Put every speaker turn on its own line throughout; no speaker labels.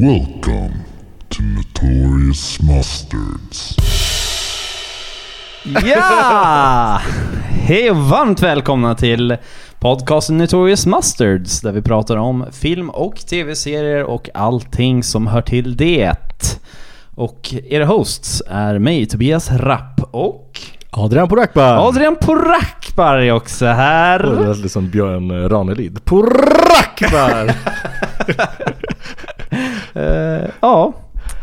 Welcome to Notorious Mustards.
Ja! Hej och varmt välkomna till podcasten Notorious Mustards där vi pratar om film och tv-serier och allting som hör till det. Och era hosts är mig, Tobias Rapp och
Adrian Porakpa!
Adrian Porakbar är också
Och Det
här.
lät lite som Björn eh, Ranelid. Porakbar!
Eh, ja,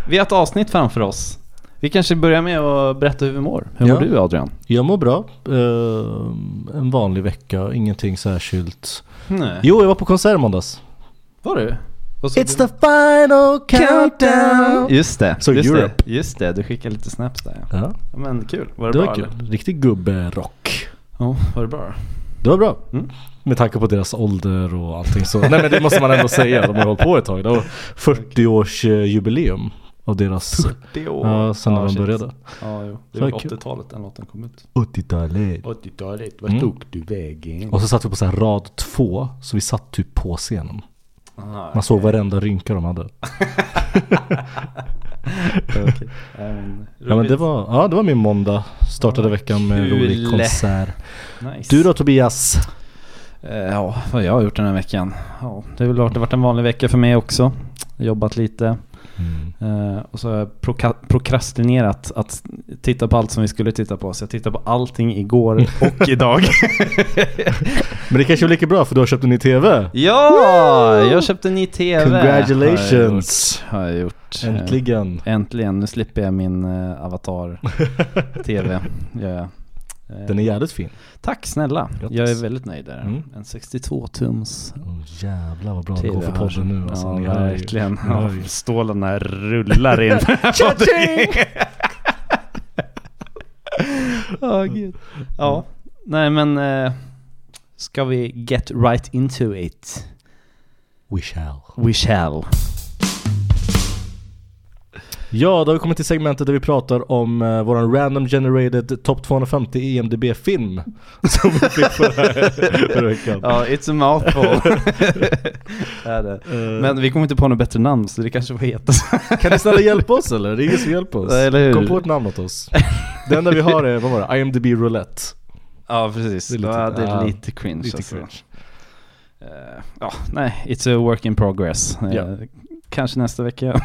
vi har ett avsnitt framför oss. Vi kanske börjar med att berätta hur vi mår. Hur
Ja.
mår du Adrian?
Jag mår bra. Eh, en vanlig vecka, ingenting särskilt.
Nej.
Jo, jag var på konsert i måndags.
Var du? Vad såg
It's
du?
the final countdown!
Just det.
Så
just
Europe.
Det, just det, du skickade lite snaps där ja.
Ja,
Ja, Men kul, var det,
det
bra
var
eller?
kul. Riktig gubberock.
Ja, var det bra?
Det var bra.
Mm.
Med tanke på deras ålder och allting så. Nej men det måste man ändå säga, de har hållit på ett tag. Det var 40-årsjubileum av deras...
Det
Ja, sen när de började.
Ja, jo. Det
Så
var
kul.
80-talet den låten kom ut.
80-talet.
80-talet, vad
Mm.
tog du vägen?
Och så satt vi på så här rad två, så vi satt typ på scenen.
Aha,
Man såg varenda rynka de hade.
Alltså, okej. Ehm,
Ja men det
roligt.
var, ja, det var min måndag. Startade veckan med en rolig
Kul.
konsert.
nice.
Du då Tobias?
Eh, Ja, vad jag har gjort den här veckan. Ja, det har väl varit, det har varit en vanlig vecka för mig också. Jobbat lite. Eh, och så har jag proka- prokrastinerat att titta på allt som vi skulle titta på. Så jag tittade på allting igår och idag.
Men det kanske var lika bra för du har köpt en ny TV.
ja! Jag köpte en ny TV.
Congratulations!
Har jag gjort. Har jag gjort. Eh,
Äntligen!
Äntligen, nu slipper jag min eh, avatar-tv. Gör jag. Eh,
Den är jävligt fin.
Tack snälla,
Grattis.
jag är väldigt nöjd där.
Mm.
En 62-tums
Oh, jävlar vad bra det
TV.
går för podden nu alltså.
ja,
Ni hör ju.
verkligen.
Ni hör ju.
Ja, stålarna rullar in. oh, gud. Ja,
Mm.
nej men eh, ska vi get right into it?
We shall.
We shall.
Ja, då har vi kommit till segmentet där vi pratar om eh, våran random generated top E 250 EMDB-film. Som vi fick förra, förra veckan.
Ja, it's a mouthful. det är det.
Eh,
Men vi kommer inte på något bättre namn så det kanske får heta så.
Kan ni snälla hjälpa oss eller? Det är ingen som hjälper oss.
Nej, eller hur?
Kom på ett namn åt oss. Det enda vi har är, vad var det? IMDB Roulette.
Ja precis,
Det
det
är
är
lite-
lite, ja, det
ja,
är lite cringe
lite
alltså.
cringe.
Eh, Ja, nej, it's a work in progress. Eh,
Ja.
Kanske nästa vecka.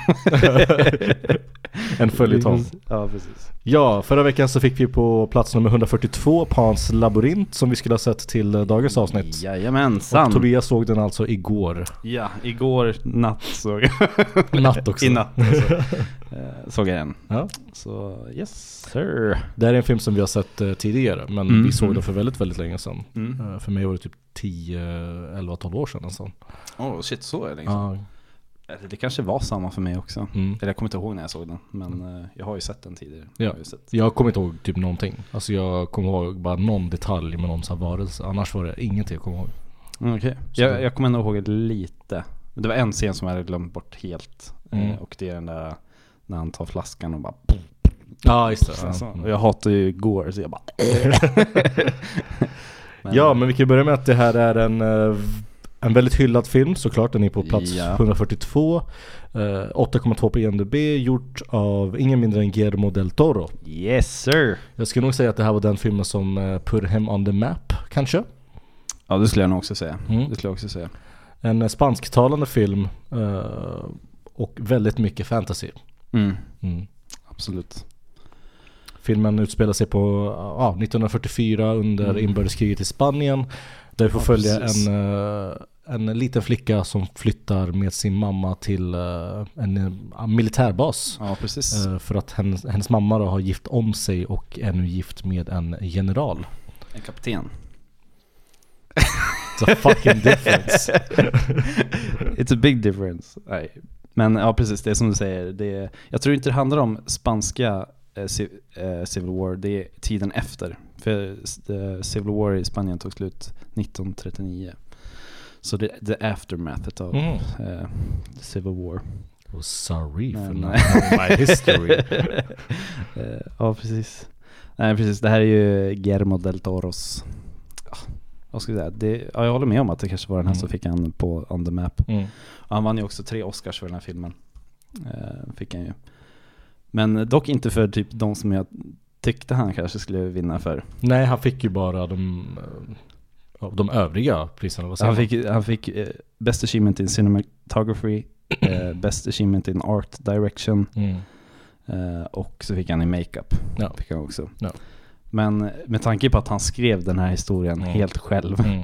En följetong.
Ja precis.
Ja, förra veckan så fick vi på plats nummer 142 Pans labyrint som vi skulle ha sett till eh, dagens avsnitt. Och
Jajamensan.
Tobias såg den alltså igår
Ja, igår natt såg
natt också.
jag, i natt alltså, eh, såg jag den.
Ja.
Så yes sir.
Det här är en film som vi har sett eh, tidigare men
Mm.
vi såg den för väldigt, väldigt länge sedan.
Mm.
Eh, För mig var det typ 10, 11, 12 år sedan nästan.
Oh shit, så är det liksom.
Ja.
Eller Det kanske var samma för mig också.
Mm.
Eller jag kommer inte ihåg när jag såg den, men eh, jag har ju sett den tidigare.
Ja.
Jag har ju sett.
Jag kommer inte ihåg typ någonting. Alltså jag kommer ihåg bara någon detalj med någon sån här varelse. Annars var det ingenting jag kommer ihåg.
Mm, okej. jag, jag kommer ändå ihåg lite. Det var en scen som jag hade glömt bort helt.
Mm.
Eh, Och det är den där när han tar flaskan och bara...
Ja ah, just det.
Alltså,
Ja.
och jag hatar ju gore så jag bara... "Äh." Men-
Ja men vi kan ju börja med att det här är en, eh, v- en väldigt hyllad film såklart. Den är på plats
Ja.
142. eh, 8,2 på IMDB. Gjort av ingen mindre än Guillermo del Toro.
Yes sir!
Jag skulle nog säga att det här var den filmen som eh, put him on the map kanske.
Ja det skulle jag nog också säga.
Mm.
Det skulle jag också säga.
En eh, spansktalande film. eh, och väldigt mycket fantasy.
Mm,
Mm.
absolut.
Filmen utspelar sig på ja, 1944 under
Mm.
inbördeskriget i Spanien. Där vi får
Ja,
följa
precis.
en, eh, en liten flicka som flyttar med sin mamma till eh, en eh, militärbas.
Ja precis.
eh, För att hennes, hennes mamma då har gift om sig och är nu gift med en general.
En kapten.
It's a fucking difference.
It's a big difference. Nej. Men ja precis, det är som du säger. Det är, jag tror inte det handlar om spanska eh, ci- eh, Civil War, det är tiden efter. För s- eh, Civil War i Spanien tog slut 1939. Så det det är aftermathet av
Mm.
eh, Civil War.
Oh, sorry for
Men,
not
eh,
knowing my history.
Eh, ja, precis. Nej, precis. Det här är ju Guillermo del Toros. Ja, Vad ska jag säga? Det, ja, jag håller med om att det kanske var den här
Mm.
som fick han på On the Map.
Mm.
Och Han vann ju också tre Oscars för den här filmen. eh, fick han ju. Men dock inte för typ de som jag tyckte han kanske skulle vinna för.
Nej, han fick ju bara de, eh, ja, de övriga priserna. Vad säger
Han
man?
fick, han fick eh, Best Achievement in Cinematography, eh, Best Achievement in Art Direction
Mm.
eh, och så fick han i Makeup.
Ja.
Fick han också.
Ja.
Men eh, med tanke på att han skrev den här historien
Mm.
helt själv,
Mm.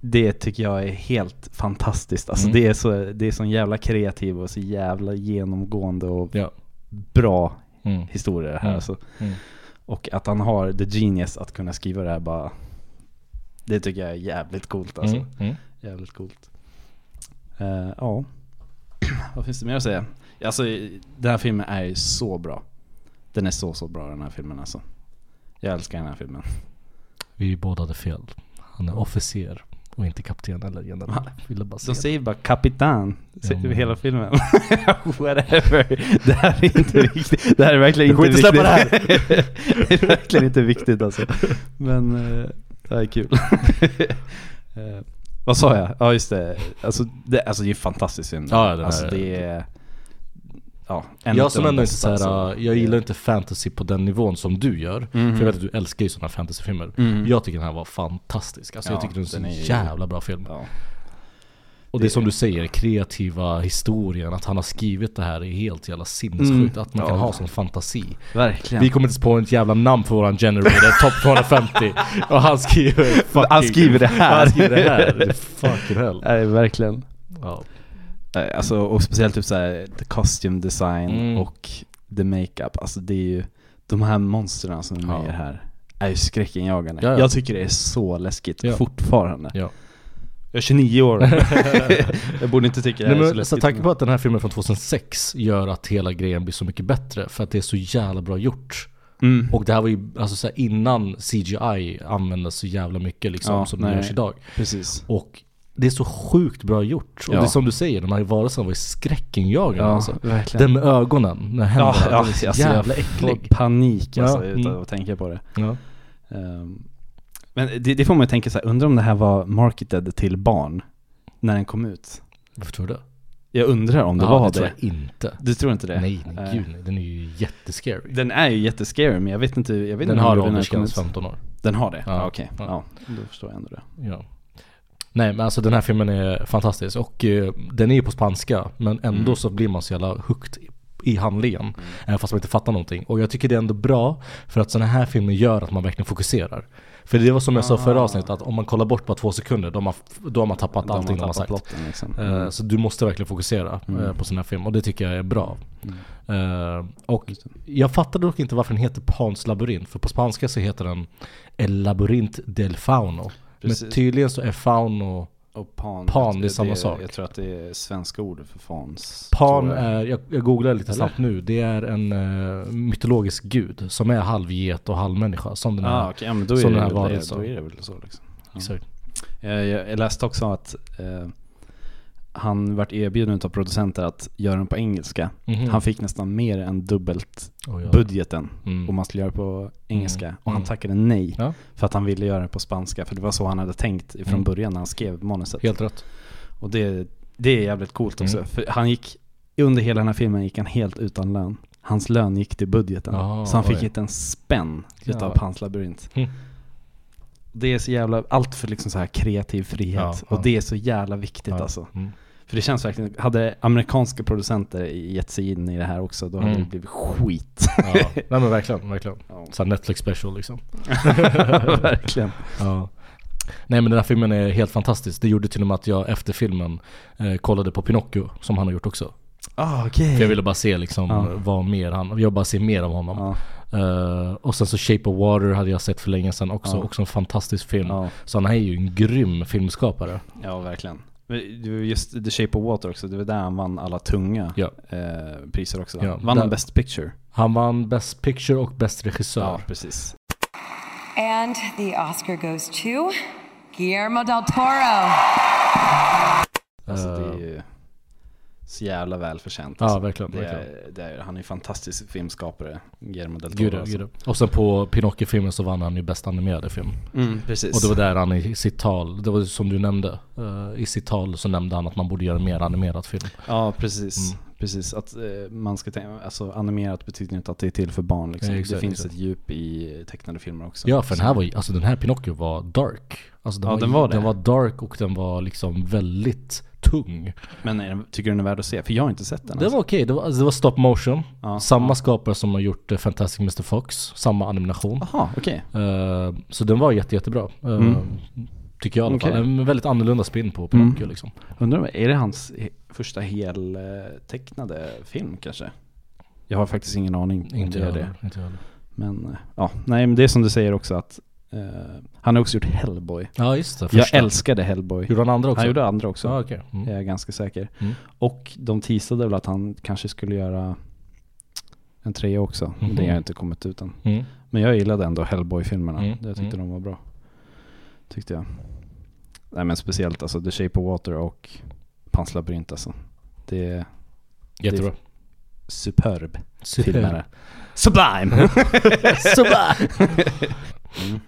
det tycker jag är helt fantastiskt. Alltså
Mm.
det, är så, det är så jävla kreativ och så jävla genomgående och
Ja.
bra
Mm.
historia det här.
Mm.
Alltså.
Mm.
Och att han har the genius att kunna skriva det här bara, det tycker jag är jävligt coolt alltså.
Mm. Mm.
Jävligt coolt. Eh, ja, vad finns det mer att säga? Alltså den här filmen är ju så bra. Den är så så bra den här filmen alltså. Jag älskar den här filmen.
Vi båda hade fel. Han är officer och inte kapten eller general.
Va?
Ville bara säga
De säger bara kapitan
Ja, men-
i hela filmen. Whatever. Det här är inte viktigt. Det här är verkligen
Du får
inte viktigt.
inte släppa
det är verkligen inte viktigt alltså. Men eh, det här är kul. Eh, vad sa jag? Ja just det. Alltså det, alltså, det är ju fantastiskt film.
Ja, den här-
alltså det är... Ja, en av
jag som
de
ändå inte
bästa,
såhär,
alltså.
jag gillar inte fantasy på den nivån som du gör.
Mhm.
För jag vet att du älskar ju sådana fantasyfilmer.
Mm.
Jag tycker den här var fantastisk. Alltså jag
Ja,
tycker det är en
den
så
är ju-
jävla bra film.
Ja.
och det är som du säger, kreativa historien, att han har skrivit det här är helt jävla sinnessjukt. Att man kan
Mm. Ja.
ha sån fantasi.
Verkligen.
Vi kommer inte på ett jävla namn på våran generator, topp 250. Och han skriver fucking...
Han skriver det här.
Han skriver det här. Fucking hell.
Nej, verkligen.
Ja.
Eh, Alltså, och speciellt typ såhär, the costume design
Mm.
och the makeup. Alltså det är ju, de här monstren som är med
Ja.
i det här är ju skräckinjagande.
Ja, ja.
Jag tycker det är så läskigt
Ja.
fortfarande.
Ja.
Jag är 29 år. jag borde inte tycka det här
Nej,
är så
men, så
läskigt.
tanken på att den här filmen från 2006 gör att hela grejen blir så mycket bättre. För att det är så jävla bra gjort.
mm.
Och det här var ju alltså, så här, innan CGI användes så jävla mycket liksom,
Ja,
som
nej.
det görs idag.
Precis.
Och det är så sjukt bra gjort. Och
Ja.
det är som du säger, de här varelserna var ju skräckinjagande
Ja,
alltså.
verkligen.
Den med ögonen, när händerna,
ja, ja,
den är så
alltså,
jävla
jag får
äcklig.
panik alltså,
Ja,
utan
mm.
att tänka på det.
Ja.
Ehm, men det, det får man ju tänka såhär, undrar om det här var marketed till barn när den kom ut?
Varför tror du det?
Jag undrar om det
Ja,
var det.
det tror jag inte.
Du tror inte det?
Nej, nej
Nej.
gud nej. Den är ju jättescary.
Den är ju jättescary men jag vet inte jag vet
Den
inte
har
hur den här
åldersgräns
kommit.
15 år.
Den har det?
Ja.
Ja, okej.
Ja.
Ja. då förstår jag ändå det.
Ja. Nej men alltså den här filmen är fantastisk och eh, den är ju på spanska men ändå
Mm.
så blir man så jävla hooked i- i handlingen. Även fast man inte fattar någonting. Och jag tycker det är ändå bra för att sådana här filmer gör att man verkligen fokuserar. För det var som jag sa förra
Ah.
avsnittet att om man kollar bort bara två sekunder då har man, f- då har man tappat
De har
allting de har
tappat
sagt.
plotten, liksom.
Eh, Så du måste verkligen fokusera
Mm.
eh, på sådana här filmer och det tycker jag är bra.
Mm.
Eh, Och
Just det.
jag fattade dock inte varför den heter Pans labyrint. För på spanska så heter den El labyrint del fauno. Men
Precis.
tydligen så är fauno...
Och pan,
pan,
jag-
det är samma sak.
Jag tror att det är svenska ord för fans.
Pan
tror jag.
är, jag, jag googlar lite
Eller?
snabbt nu, det är en eh, mytologisk gud som är halvget och halvmänniska. Som den
Ah,
här.
okej, ja, men då är,
som
det,
den här
väl
varit
det,
så.
då är det väl så liksom.
Exakt.
Eh, Jag, jag läste också att eh, han vart erbjuden av producenter att göra den på engelska.
Mhm.
Han fick nästan mer än dubbelt
Oj, oj.
budgeten
Mm.
om man skulle göra det på engelska. Och han
Mm.
tackade nej
Ja.
för att han ville göra det på spanska. För det var så han hade tänkt från
Mm.
början när han skrev manuset.
Helt rätt.
Och det, det är jävligt coolt också.
Mm.
För han gick, under hela den här filmen gick han helt utan lön. Hans lön gick till budgeten.
Ah,
så han fick
oj.
inte en spänn utav
Jävlar.
Pans labyrint.
Mm.
Det är så jävla, allt för liksom så här kreativ frihet.
Ja, ja.
Och det är så jävla viktigt
Ja.
alltså.
Mm.
För det känns verkligen, hade amerikanska producenter gett sig in i det här också, då hade
Mm.
det blivit skit.
Ja. Nej men verkligen, verkligen.
Ja.
Så här Netflix special liksom.
verkligen.
Ja. Nej men den här filmen är helt fantastisk. Det gjorde till och med att jag efter filmen eh, kollade på Pinocchio som han har gjort också.
Ah, okej.
För jag ville bara se liksom
Ja.
vad mer han, jag vill bara se mer av honom.
Ja,
Eh, och sen så Shape of Water hade jag sett för länge sedan också,
Ja.
också en fantastisk film.
ja.
Så han är ju en grym filmskapare.
Ja, verkligen. Men det var Just The Shape of Water också, det var där han vann alla tunga
Ja.
eh, priser också.
Ja,
vann
där-
han Best Picture?
Han vann Best Picture och Bäst Regissör.
Ja, precis.
And the Oscar goes to Guillermo del Toro.
Alltså det är ju så jävla välförtjänt.
Eh. Ja,
alltså.
verkligen,
Det är,
verkligen.
det är, han är ju fantastisk filmskapare, Guillermo del Toro.
Gud, ja,
alltså.
gud. ja. Och sen på Pinocchio-filmen så vann han ju Bäst Animerade Film.
Mm, precis.
Och det var där han i sitt tal, det var som du nämnde, eh, i sitt tal så nämnde han att man borde göra en mer animerad film.
Ja, precis. Precis, att eh, man ska tänka, alltså animerat betyder inte att det är till för barn liksom.
Ja, exakt,
Det finns
exakt.
ett djup i eh, tecknade filmer också.
Ja för den här var ju, alltså den här Pinocchio var dark. Alltså
Ja, den var det.
den var dark och den var liksom väldigt tung.
Men är den, tycker du den är värd att se? För jag har inte sett den.
Det var okej, det, var- alltså, det var stop motion.
Ja,
samma skapare som har gjort eh, Fantastic Mr Fox, samma animation.
Jaha, okej.
Eh, så den var jätte, jättebra. Eh, Tycker jag i alla fall.
Mm. Okej.
En väldigt annorlunda spin på Pinocchio
Mm.
liksom.
Undrar om, är det hans he- första heltecknade film kanske? Jag har faktiskt ingen aning om
Inte
det är
jag
det.
det. Inte jag heller.
Men eh, ja, nej men det är som du säger också att eh, han har också gjort Hellboy.
Ja just det,
Jag
första.
älskade Hellboy.
Gjorde han andra också?
Han gjorde andra också.
ah, okej. mm.
Jag är ganska säker.
Mm.
Och de teasade väl att han kanske skulle göra en trea också. men Det
Mhm.
har inte kommit ut än.
Mm.
Men jag gillade ändå Hellboy-filmerna.
Mm,
Jag tyckte
mm.
de var bra. Tyckte jag. Nej men speciellt alltså The Shape of Water och Pans labyrint alltså. Det är
Jättebra.
superb filmare. Sublime!
Mm.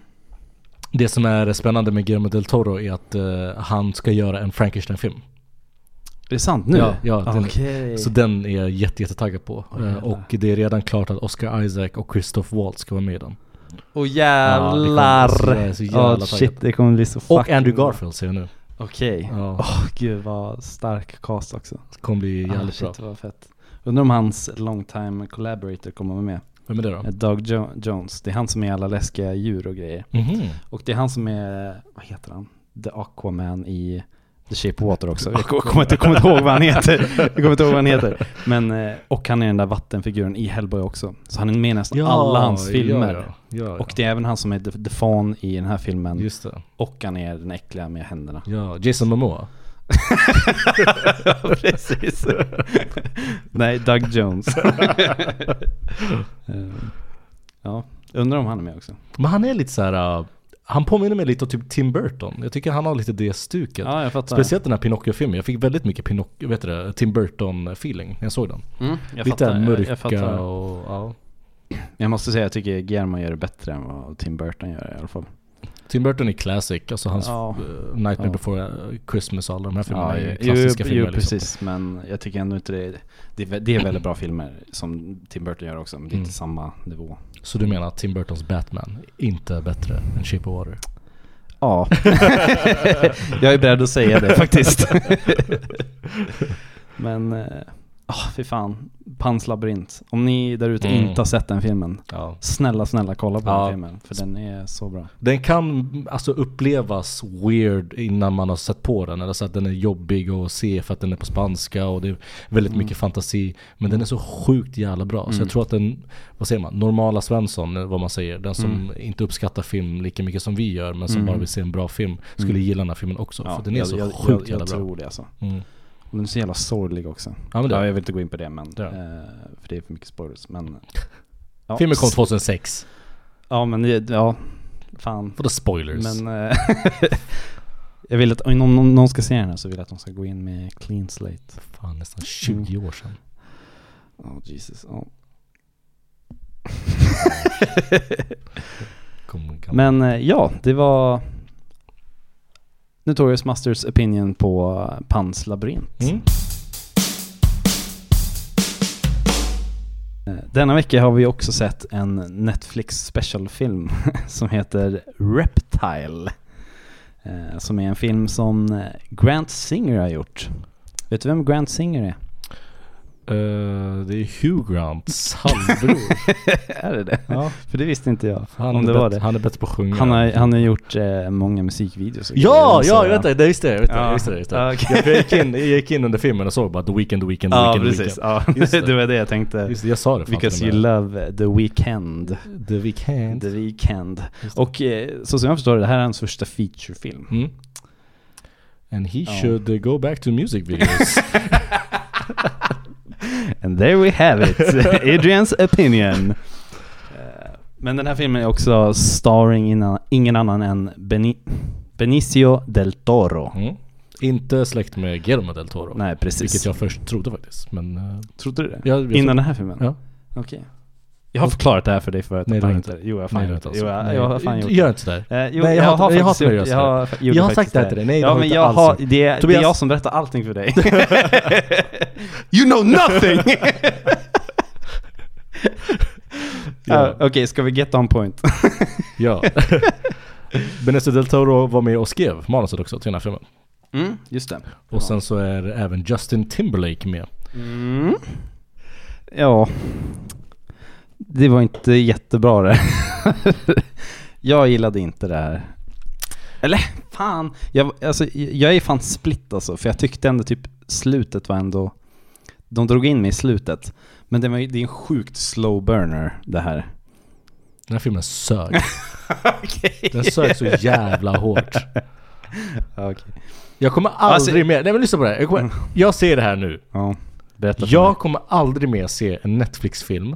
Det som är spännande med Guillermo del Toro är att eh, han ska göra en Frankenstein-film.
det är sant nu?
Ja, ja, det är-
Okej.
Så den är jag jätte, jättetaggad på.
Åh,
Eh,
jävlar.
och det är redan klart att Oscar Isaac och Christoph Waltz ska vara med i den.
Åh
Ja,
jävlar!
det kommer- jag är så jävla
Åh, shit,
taggad.
det kommer bli så
Och
fucking
Andrew
bra.
Garfield ser jag nu.
Okej.
Ja.
Åh gud vad stark cast också.
Det kommer bli
ah,
jävligt bra.
shit vad fett. Undrar om hans long time collaborator kommer vara med.
Vem är det då?
Doug jo- Jones. Det är han som är alla läskiga djur och grejer.
Mhm.
Och det är han som är, vad heter han? The Aquaman i The Shape of Water också. Jag kommer- kommer inte, kommer inte ihåg vad han heter. Jag kommer inte ihåg vad han heter. Men, eh, och han är den där vattenfiguren i Hellboy också. Så han är med i nästan alla hans filmer.
Ja, ja, ja.
Och det är även han som är The, the Fawn i den här filmen.
Just det.
Och han är den äckliga med händerna.
Ja, Jason Momoa.
Precis. Nej, Doug Jones. Eh, ja, undrar om han är med också.
Men han är lite så här. uh, han påminner mig lite om typ Tim Burton. Jag tycker han har lite det stuket.
Ja, jag fattar.
Speciellt den här Pinocchio-filmen. Jag fick väldigt mycket Pinocchio, vet du, det, Tim Burton-feeling när jag såg den.
Mm, jag
lite
fattar,
mörka
jag, jag fattar.
och ja.
Jag måste säga, jag tycker Guillermo gör det bättre än vad Tim Burton gör i alla fall.
Tim Burton är classic, alltså hans
Ja.
eh, Nightmare
Ja.
before eh, Christmas och alla de här filmerna
Ja,
är ju
ju,
klassiska
jo,
filmer
jo,
liksom.
precis. Men jag tycker ändå inte det. Det är, vä- det är väldigt bra filmer som Tim Burton gör också, men det är
Mm.
inte samma nivå.
Så du menar att Tim Burtons Batman inte är bättre än Shape of Water?
Ja, jag är beredd att säga det faktiskt. men, eh, ah, fy fan. Pans labyrint. Om ni där ute
Mm.
inte har sett den filmen,
Ja.
snälla, snälla kolla på
Ja.
den filmen. För den är så bra.
Den kan alltså upplevas weird innan man har sett på den. Eller så att den är jobbig att se för att den är på spanska och det är väldigt
Mm.
mycket fantasi. Men den är så sjukt jävla bra. Så jag tror att den, vad säger man, normala Svensson, eh, vad man säger. Den som
Mm.
inte uppskattar film lika mycket som vi gör men som bara vill se en bra film. Skulle gilla den här filmen också.
Mm. Ja,
för den är
jag,
så
jag,
sjukt
jag,
jävla
jag
bra.
tror det alltså.
Mm.
Och den är så jävla sorglig också.
Ja, men det-
ja, jag vill inte gå in på det men,
Ja.
eh, för det är för mycket spoilers. Men, ja.
Filmen kom 2006.
Ja men, det- ja, fan.
Vadå spoilers?
Men, eh, jag vill att, om någon, någon ska se den här så vill jag att de ska gå in med clean slate.
Fan, nästan 20 år sedan.
Oh Jesus, ja.
Kom, kom.
Men eh, ja, det var Notorious Masters opinion på Pans labyrint.
Mm.
Eh, Denna vecka har vi också sett en Netflix specialfilm som heter Reptile. Eh, Som är en film som eh, Grant Singer har gjort. Vet du vem Grant Singer är?
Eh, det är Hugh Grants halvbror.
är det det?
ja.
För det visste inte jag.
Han,
om
är
det var
bättre-
det.
han är bättre på att sjunga.
Han har, han har gjort eh, många musikvideos. och
Ja,
grejer,
ja,
så-
jag vet det. Det är just det. Jag, vet det,
Ja.
just det, just det.
Ja, okej.
Jag, jag, gick in, jag gick in under filmen och såg bara The Weeknd, The Weeknd, The
Ja,
Weeknd, The
precis.
Weeknd.
Ja,
Just
det.
det.
var det jag tänkte.
Just det, jag sa det fan
Because
till
you
och med.
love eh, the weekend.
The Weeknd.
The weekend.
Just det.
Och eh, så som jag förstår det, det här är hans första featurefilm.
Mm. And he
Ja.
should uh, go back to music videos.
And there we have it, Adrians opinion. Eh, Men den här filmen är också starring innan, ingen annan än Beni- Benicio del Toro.
mm. Inte släkt med Guillermo del Toro.
Nej, precis.
Vilket jag först trodde faktiskt. Men eh,
Trodde du det?
jag, jag
Innan den här filmen?
Ja.
Okej. Jag har förklarat det här för dig förut.
Nej, det
Fan
har du inte.
Jo, jag har
Nej,
fan
det
gjort det.
har
Jo,
du
jag
inte
jag har
alls.
fan
Nej,
gjort
Gör
det.
inte det.
Eh, jo,
Nej, jag
jag,
hatar-
har
jag
faktiskt
hatar när
gjort jag
du gör
har, gjorde
Jag har
faktiskt
sagt det här till dig. Nej, det
ja,
har
men
inte
jag
alls
har,
gjort.
det, är- det är
Tobias-
jag som berättar allting för dig. you know nothing!
Ja.
Okej, ska vi get on point?
Ja. Benicio del Toro var med och skrev manuset också till den här filmen.
Mm, just det.
Och sen så är även Justin Timberlake med.
Mm. Ja. Det var inte jättebra det. jag gillade inte det här. Eller fan. Jag, alltså, jag är fan split alltså. För jag tyckte ändå typ slutet var ändå... De drog in mig i slutet. Men det, var, ju- det är en sjukt slow burner det här.
Den här filmen sög. Den sög så jävla hårt.
Ah, Okej.
Jag kommer
Alltså-
aldrig mer... Nej men lyssna på det här. Jag, kommer, jag ser det här nu.
Ja. Berätta för
Jag kommer aldrig mer se en Netflix-film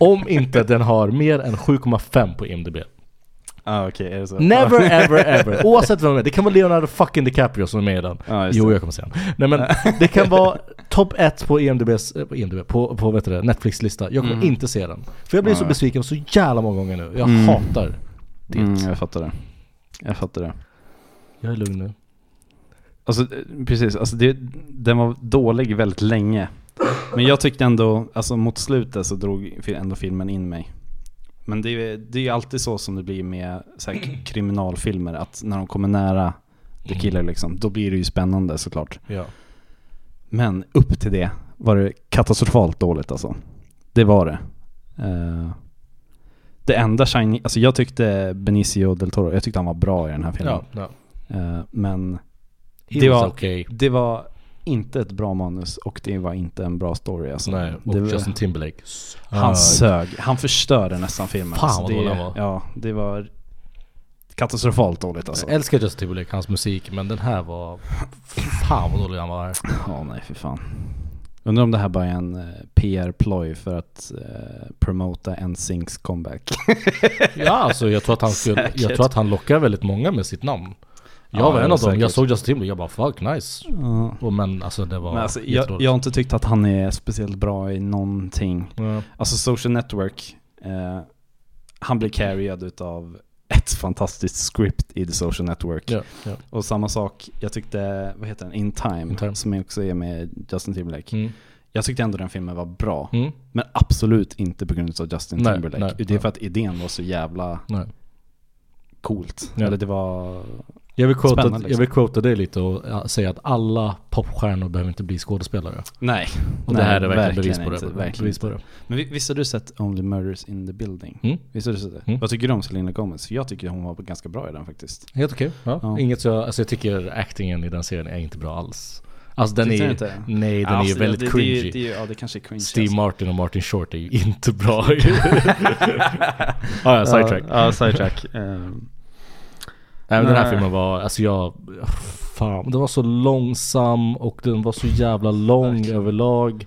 om inte den har mer än 7,5 på IMDB.
Ah, okej, är det så?
Never ever ever. Oavsett vem det är. Det kan vara Leonardo fucking DiCaprio som är med i den.
Ja, just
jo,
det.
jag kommer se den. Nej men, det kan vara topp 1 på IMDBs, eh, på, IMDb, på, på vet du det, Netflix-lista. Jag kommer
Mm.
inte se den. För jag blir så besviken så jävla många gånger nu. Jag hatar det.
Mm, jag fattar det. Jag fattar det.
Jag är lugn nu.
Alltså eh, precis, alltså det, den var dålig väldigt länge. Men jag tyckte ändå, alltså mot slutet så drog fi- ändå filmen in mig. Men det är ju det är ju alltid så som det blir med så här, kriminalfilmer, att när de kommer nära the killer liksom, då blir det ju spännande såklart.
Ja.
Men upp till det var det katastrofalt dåligt alltså. Det var det. Eh, det enda Shining, alltså jag tyckte Benicio del Toro, jag tyckte han var bra i den här filmen.
Ja. ja.
Eh, men
He
Det
was
var-
okay.
det var inte ett bra manus och det var inte en bra story alltså.
Nej, och
det var,
Justin Timberlake.
Han sög. Han förstörde nästan filmen.
Fan,
alltså.
vad
det,
dålig han var.
Ja, det var katastrofalt dåligt alltså.
Jag älskar Justin Timberlake, hans musik, men den här var... Fan vad dålig han var.
Ja, nej för fan. Undrar om det här bara är en eh, PR-ploj för att eh, promota NSYNCs comeback.
Ja, alltså jag tror, att han skulle, jag
Säkert.
tror att han lockar väldigt många med sitt namn. Jag
Ja,
var en av dem, jag
säkert.
såg Justin Timberlake, jag bara fuck nice.
Ja.
Och men alltså det var
Men alltså, jag,
jättedåligt.
jag har inte tyckt att han är speciellt bra i någonting.
Ja.
Alltså Social Network, eh, han blir carried utav ett fantastiskt script i The Social Network.
Ja, ja.
Och samma sak, jag tyckte, vad heter den, In Time,
In Time.
som också är med Justin Timberlake.
Mm.
Jag tyckte ändå den filmen var bra,
Mm.
men absolut inte på grund av Justin
Nej,
Timberlake.
nej,
det är
nej.
för att idén var så jävla
Nej.
coolt.
Ja.
Eller det var...
Jag vill, quota,
Spännande, liksom.
jag vill quota dig lite och ja, säga att alla popstjärnor behöver inte bli skådespelare.
Nej.
Och
nej,
det här är verkligen, bevis på
inte,
det.
verkligen
bevis på det.
inte. Men vi- visst har du sett Only Murders in the Building?
Mm.
Visst har du sett det?
Mm.
Vad tycker du om Selena Gomez? För Jag tycker hon var ganska bra i den faktiskt.
Helt okej. Ja.
Ja.
Inget så, alltså jag tycker actingen i den serien är inte bra alls. Alltså den
Tyckte du
är ju,
inte?
nej den är ju
Alltså,
väldigt
det, det, är
cringy.
ju- det, är ju- ja, det kanske är cringy. alltså.
Steve Martin och Martin Short är ju inte bra. ah, ja, sidetrack.
Ja, ja, sidetrack. Ehm,
Nej, men den här
Nej.
filmen var, alltså jag... Fan, den var så långsam och den var så jävla lång överlag.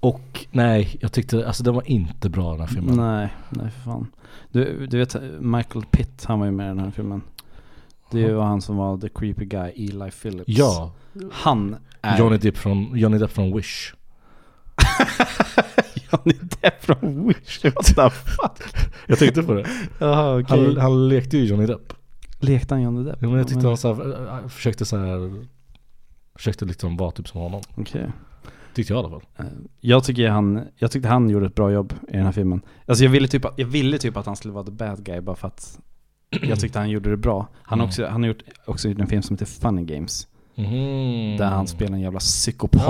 Och nej, jag tyckte, alltså den var inte bra den här filmen.
Nej, nej för fan. Du, du vet Michael Pitt, han var ju med i den här filmen. Det var han som var the creepy guy, Eli Phillips.
Ja,
Han är
Johnny Depp från, Johnny Depp från Wish.
Johnny Depp från Wish. What the fuck?
Jag tänkte på det.
Jaha okej.
Han, han lekte ju Johnny Depp.
Lekte han Johnny Depp?
Ja, men jag tyckte han så här, äh, försökte så här, försökte liksom vara typ som honom.
Okej.
Tyckte jag i alla fall.
Eh, Jag, tycker han, jag tyckte han gjorde ett bra jobb i den här filmen. Alltså jag ville, typ, att- jag ville typ att han skulle vara the bad guy bara för att jag tyckte han gjorde det bra. Han, har
Mm.
också, han har gjort, också gjort en film som heter Funny Games.
Mhm.
Där han spelar en jävla psykopat.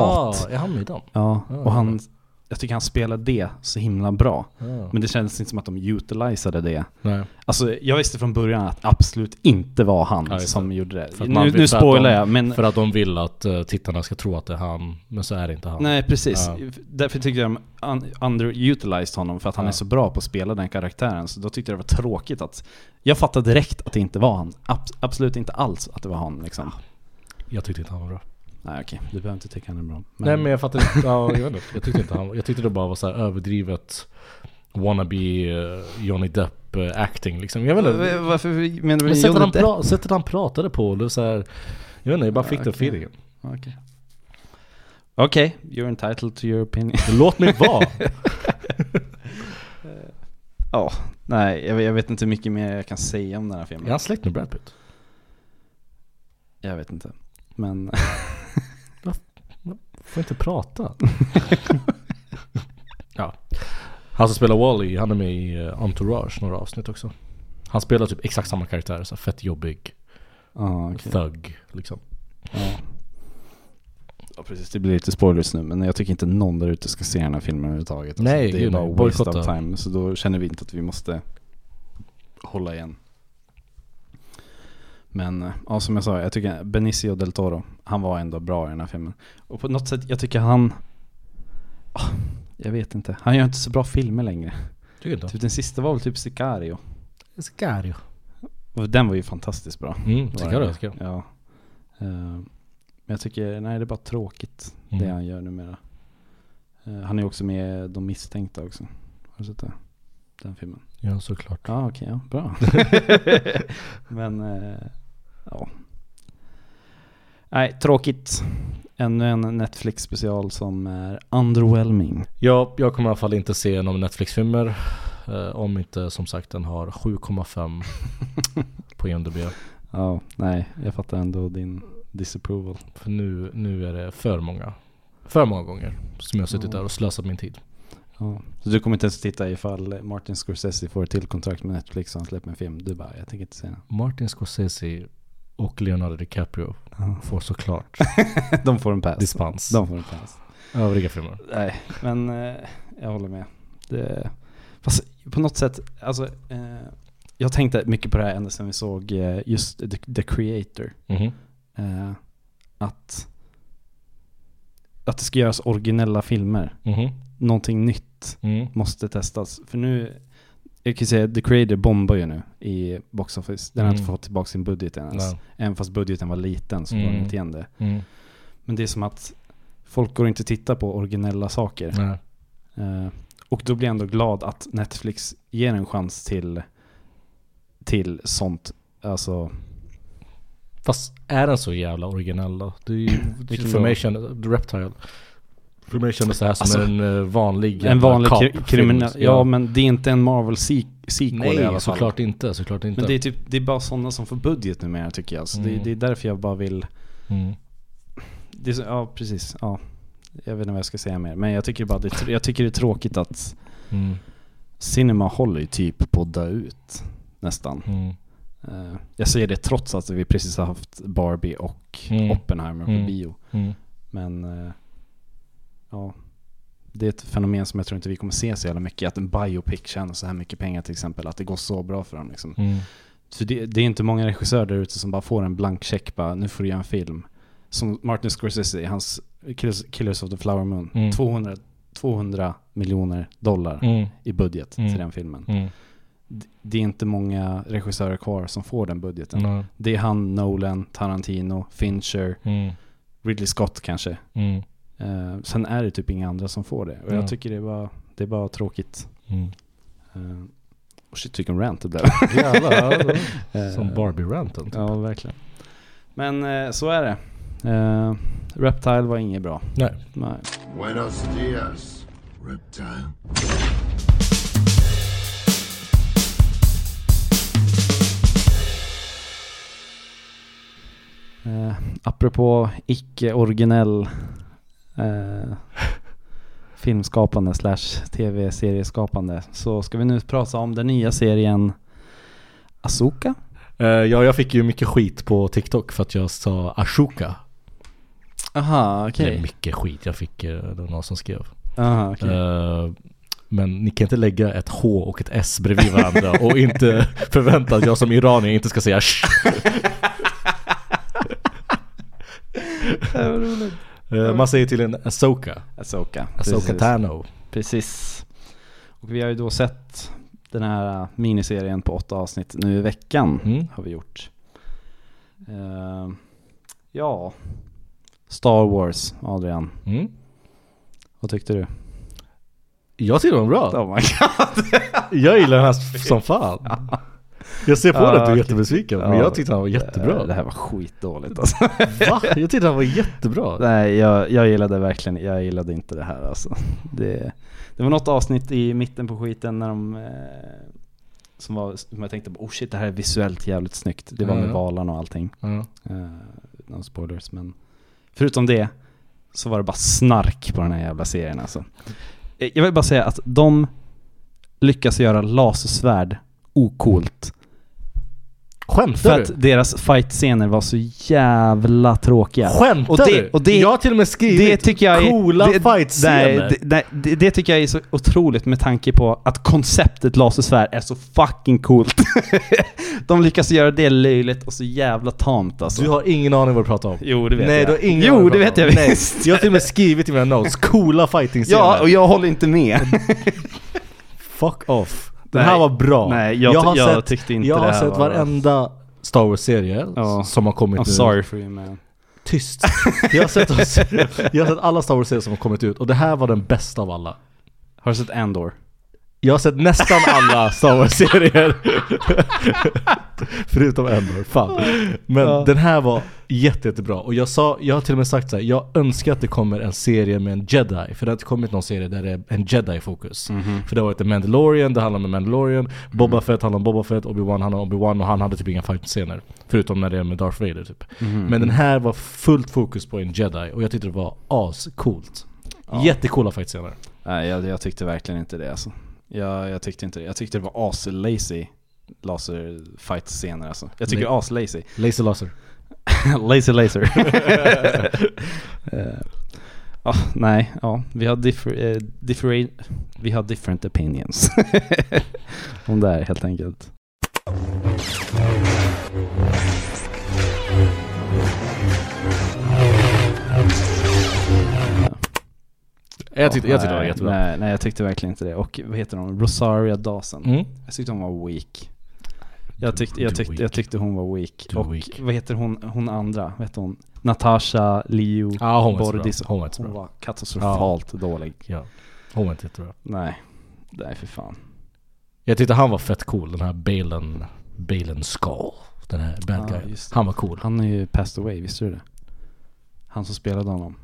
Ja, är han med i den?
Ja,
Ja,
och han, jag tycker han spelar det så himla bra.
Ja.
Men det kändes inte som att de utilisade det.
Nej.
Alltså jag visste från början att absolut inte var han
Ja, just det.
som gjorde det.
För att man
Nu,
vill-
nu
för att
spoilar
de-
jag, men...
För att de vill att eh, tittarna ska tro att det är han, men så är det inte han.
Nej precis,
Ja.
därför tyckte jag de un- underutilized honom för att han
Ja.
är så bra på att spela den karaktären. Så då tyckte jag det var tråkigt att... Jag fattade direkt att det inte var han. Abs- absolut inte alls att det var han liksom.
Jag tyckte inte han var bra.
Nej okej, du behöver inte tycka han är bra. Men,
Nej men jag fattar inte, ja, jag, vet inte. jag tyckte inte han Jag tyckte det bara var så här överdrivet wannabe eh, Johnny Depp eh, acting liksom. Jag vet inte.
V- Varför menar du
Men sättet
Johnny
han,
Depp?
pra- sättet han pratade på, det var så här, jag vet inte, jag bara fick den
okej.
feelingen.
Okej. Okej, you're entitled to your opinion.
Låt mig vara!
Ja, nej jag, vet- jag vet inte hur mycket mer jag kan säga om den här filmen.
Är han släkt med Brad Pitt?
Jag vet inte. Men
Får inte prata. ja. Han som spelar Wally, han är med i eh, Entourage några avsnitt också. Han spelar typ exakt samma karaktär, så här fett jobbig,
ja, okej.
thug liksom.
Ja. ja precis, det blir lite spoilers nu men jag tycker inte någon där ute ska se den här filmen överhuvudtaget. Alltså,
Nej,
det är
gud,
bara
nej.
waste of
Bojkotta.
time. Så då känner vi inte att vi måste hålla igen. Men eh, ja, som jag sa, jag tycker Benicio del Toro, han var ändå bra i den här filmen. Och på något sätt, jag tycker han... Ah, Jag vet inte, han gör inte så bra filmer längre.
Tycker inte?
Typ den sista var väl typ Sicario.
Sicario.
Och den var ju fantastiskt bra.
Mm,
Var
Sicario.
det.
Sicario.
Ja. Eh, Men jag tycker, nej det är bara tråkigt
Mm.
det han gör numera. Eh, Han är också med i De Misstänkta också. Har du sett det? Den filmen?
Ja, såklart.
Ja okej, ja, bra. Men eh, ja. Nej, tråkigt. Ännu en Netflix special som är underwhelming.
Ja, jag kommer i alla fall inte se någon Netflix-filmer. Eh, om inte som sagt den har 7,5 på E IMDB.
Ja, nej, jag fattar ändå din disapproval.
För nu, nu är det för många. För många gånger som jag har suttit där och slösat min tid.
Ja. Så du kommer inte ens titta ifall Martin Scorsese får ett till kontrakt med Netflix och han släpper en film? Du bara, jag tänker inte se den.
Martin Scorsese och Leonardo DiCaprio får såklart
De får en pass.
dispens.
Alltså, De får en pass.
Övriga filmer.
Nej, men eh, jag håller med. Det, fast på något sätt, alltså, eh, jag har tänkt mycket på det här ända sedan vi såg eh, just The, The Creator.
Mhm.
Eh, att, att det ska göras originella filmer.
Mhm.
Någonting nytt
Mm.
måste testas. För nu, jag kan ju säga The Creator bombar ju nu i Box Office. Den har
Mm.
inte fått tillbaka sin budget än ens.
Nej.
Även fast budgeten var liten så får
Mm.
de inte igen det.
Mm.
Men det är som att folk går inte och tittar på originella saker.
Nej.
Eh, och då blir jag ändå glad att Netflix ger en chans till, till sånt. Alltså,
Fast är den så jävla originell då? Det är ju,
Vilken
för
då?
mig kändes, The Reptile. För mig kändes det här som
Alltså,
en eh, vanlig
en
jävla
vanlig kri-
cop-film.
kriminell... Ja. men det är inte en Marvel se- sequel i alla
Nej,
fall.
såklart inte. Såklart inte.
Men det är, typ, det är bara sådana som får budget numera tycker jag. Så det,
Mm.
det är därför jag bara vill...
mm.
Det är så, ja, precis. Ja. Jag vet inte vad jag ska säga mer. Men jag tycker bara det, är tr- jag tycker det är tråkigt att
Mm.
cinema håller ju typ på att dö ut. Nästan.
Mm.
Eh, Jag säger det trots att vi precis har haft Barbie och
Mm.
Oppenheimer på
Mm.
bio.
Mm.
Men eh, ja, det är ett fenomen som jag tror inte vi kommer se så jävla mycket. Att en biopic tjänar så här mycket pengar till exempel. Att det går så bra för dem liksom.
Mm.
För det, det är inte många regissörer där ute som bara får en blank check bara, nu får du göra en film. Som Martin Scorsese i hans Killers, Killers of the Flower Moon.
Mm.
200, 200 miljoner dollar
Mm.
i budget
Mm.
till den filmen.
Mm.
D- Det är inte många regissörer kvar som får den budgeten.
Nej.
Det är han, Nolan, Tarantino, Fincher,
Mm.
Ridley Scott kanske.
Mm.
Eh, sen är det typ inga andra som får det. Och
Ja.
jag tycker det är bara, det är bara tråkigt.
Mm.
Uh, shit vilken rant det blev.
Jävlar, ja, det var som
Eh,
Barbie-ranten. Typ.
Ja, verkligen. Men eh, så är det. Eh, Reptile var inget bra.
Nej.
Nej.
Buenos dias, reptile.
Eh, apropå icke-originell eh, filmskapande slash tv-serieskapande så ska vi nu prata om den nya serien Asoka.
Eh, ja, jag fick ju mycket skit på TikTok för att jag sa Ashoka.
Aha,
Eller mycket skit, jag fick eh, det var någon som skrev.
Aha, okej.
Eh, men ni kan inte lägga ett H och ett S bredvid varandra och inte förvänta att jag som iranier inte ska säga sh. Eh, Man säger till en Asoka.
Asoka.
Asoka
precis.
Tano.
Precis. Och vi har ju då sett den här äh, miniserien på åtta avsnitt nu i veckan.
Mm.
Har vi gjort. Eh, ja. Star Wars, Adrian.
Mm.
Vad tyckte du?
Jag tycker den var bra.
Oh my god.
Jag gillar den här som fan. Jag ser på
Ja,
dig att du är
okej.
jättebesviken, men
Ja.
jag tyckte han var jättebra.
Det här var skitdåligt alltså.
Va? Jag tyckte han var jättebra.
Nej, jag, jag gillade verkligen, jag gillade inte det här alltså. Det, det var något avsnitt i mitten på skiten när de eh, som, var, som jag tänkte oh shit det här är visuellt jävligt snyggt. Det var med
Mm.
valarna och allting.
Ja.
Uh, no spoilers men förutom det så var det bara snark på den här jävla serien alltså. Eh, Jag vill bara säga att de lyckas göra lasersvärd ocoolt. För
Skämtar du?
att deras fight-scener var så jävla tråkiga.
Skämtar
Och det-
du?
och det-
jag har till och med skrivit
Det tycker jag är,
coola
det-
fight-scener.
nej, det- nej, det, det tycker jag är så otroligt med tanke på att konceptet lasersvärd är så fucking coolt. de lyckas göra det löjligt och så jävla tamt alltså.
Du har ingen aning vad du pratar om.
Jo, det vet
Nej,
jag.
du har ingen aning
jo,
vad
det
du
vet
pratar
jag
om. Nej,
visst.
Jag har till och med skrivit i mina notes, coola fighting-scener.
Ja, och jag håller inte med.
Fuck off. Den
Nej.
här var bra.
Nej, jag-
har
jag
sett,
tyckte inte
Jag har
det här
sett
var-
varenda Star Wars-serie
Ja.
s- som har kommit
I'm
nu.
sorry for you man.
Tyst. Jag har, sett, jag har sett alla Star Wars-serier som har kommit ut och det här var den bästa av alla.
Har du sett Andor?
Jag har sett nästan alla Star Wars-serier. Förutom Endor, fan. Men
Ja.
den här var jätte, jättebra. Och jag, sa, jag har till och med sagt så här, jag önskar att det kommer en serie med en jedi. För det har inte kommit någon serie där det är en jedi i fokus. För det har varit The Mandalorian, det handlar om The Mandalorian. Boba Fett handlar om Boba Fett, Obi-Wan handlar om Obi-Wan och han hade typ inga fight-scener. Förutom när det är med Darth Vader typ. Men den här var fullt fokus på en jedi och jag tyckte det var ascoolt. Jättecoola fight-scener.
Nej, jag, jag tyckte verkligen inte det alltså. Jag, jag tyckte inte det. Jag tyckte det var as-lazy laser-fight-scener alltså. Jag tycker
Nej.
as-lazy.
Laser laser.
laser laser. Eh, ja, nej, ja, vi har, differ, eh, differ, vi har different opinions. Om det här helt enkelt.
Jag tyckte, jag tyckte det var
Nej,
jättebra.
Nej, nej, jag tyckte verkligen inte det. Och vad heter hon? Rosaria Dawson.
Mm.
Jag tyckte hon var weak. Jag tyckte, jag
du
tyckte, jag
weak.
tyckte hon var weak.
Du
och
weak.
vad heter hon, hon andra? Vad heter hon? Natasha Liu
Ja, hon var inte
Bordis.
så bra. Hon var inte så
Hon
bra.
var katastrofalt dålig.
Ja. Hon var inte jättebra.
Nej. Nej för fan.
Jag tyckte han var fett cool, den här Balen, Balen Skull. Den här bad
Ja,
guyen.
just det.
Han var cool.
Han är ju passed away, visste du det? Han som spelade honom.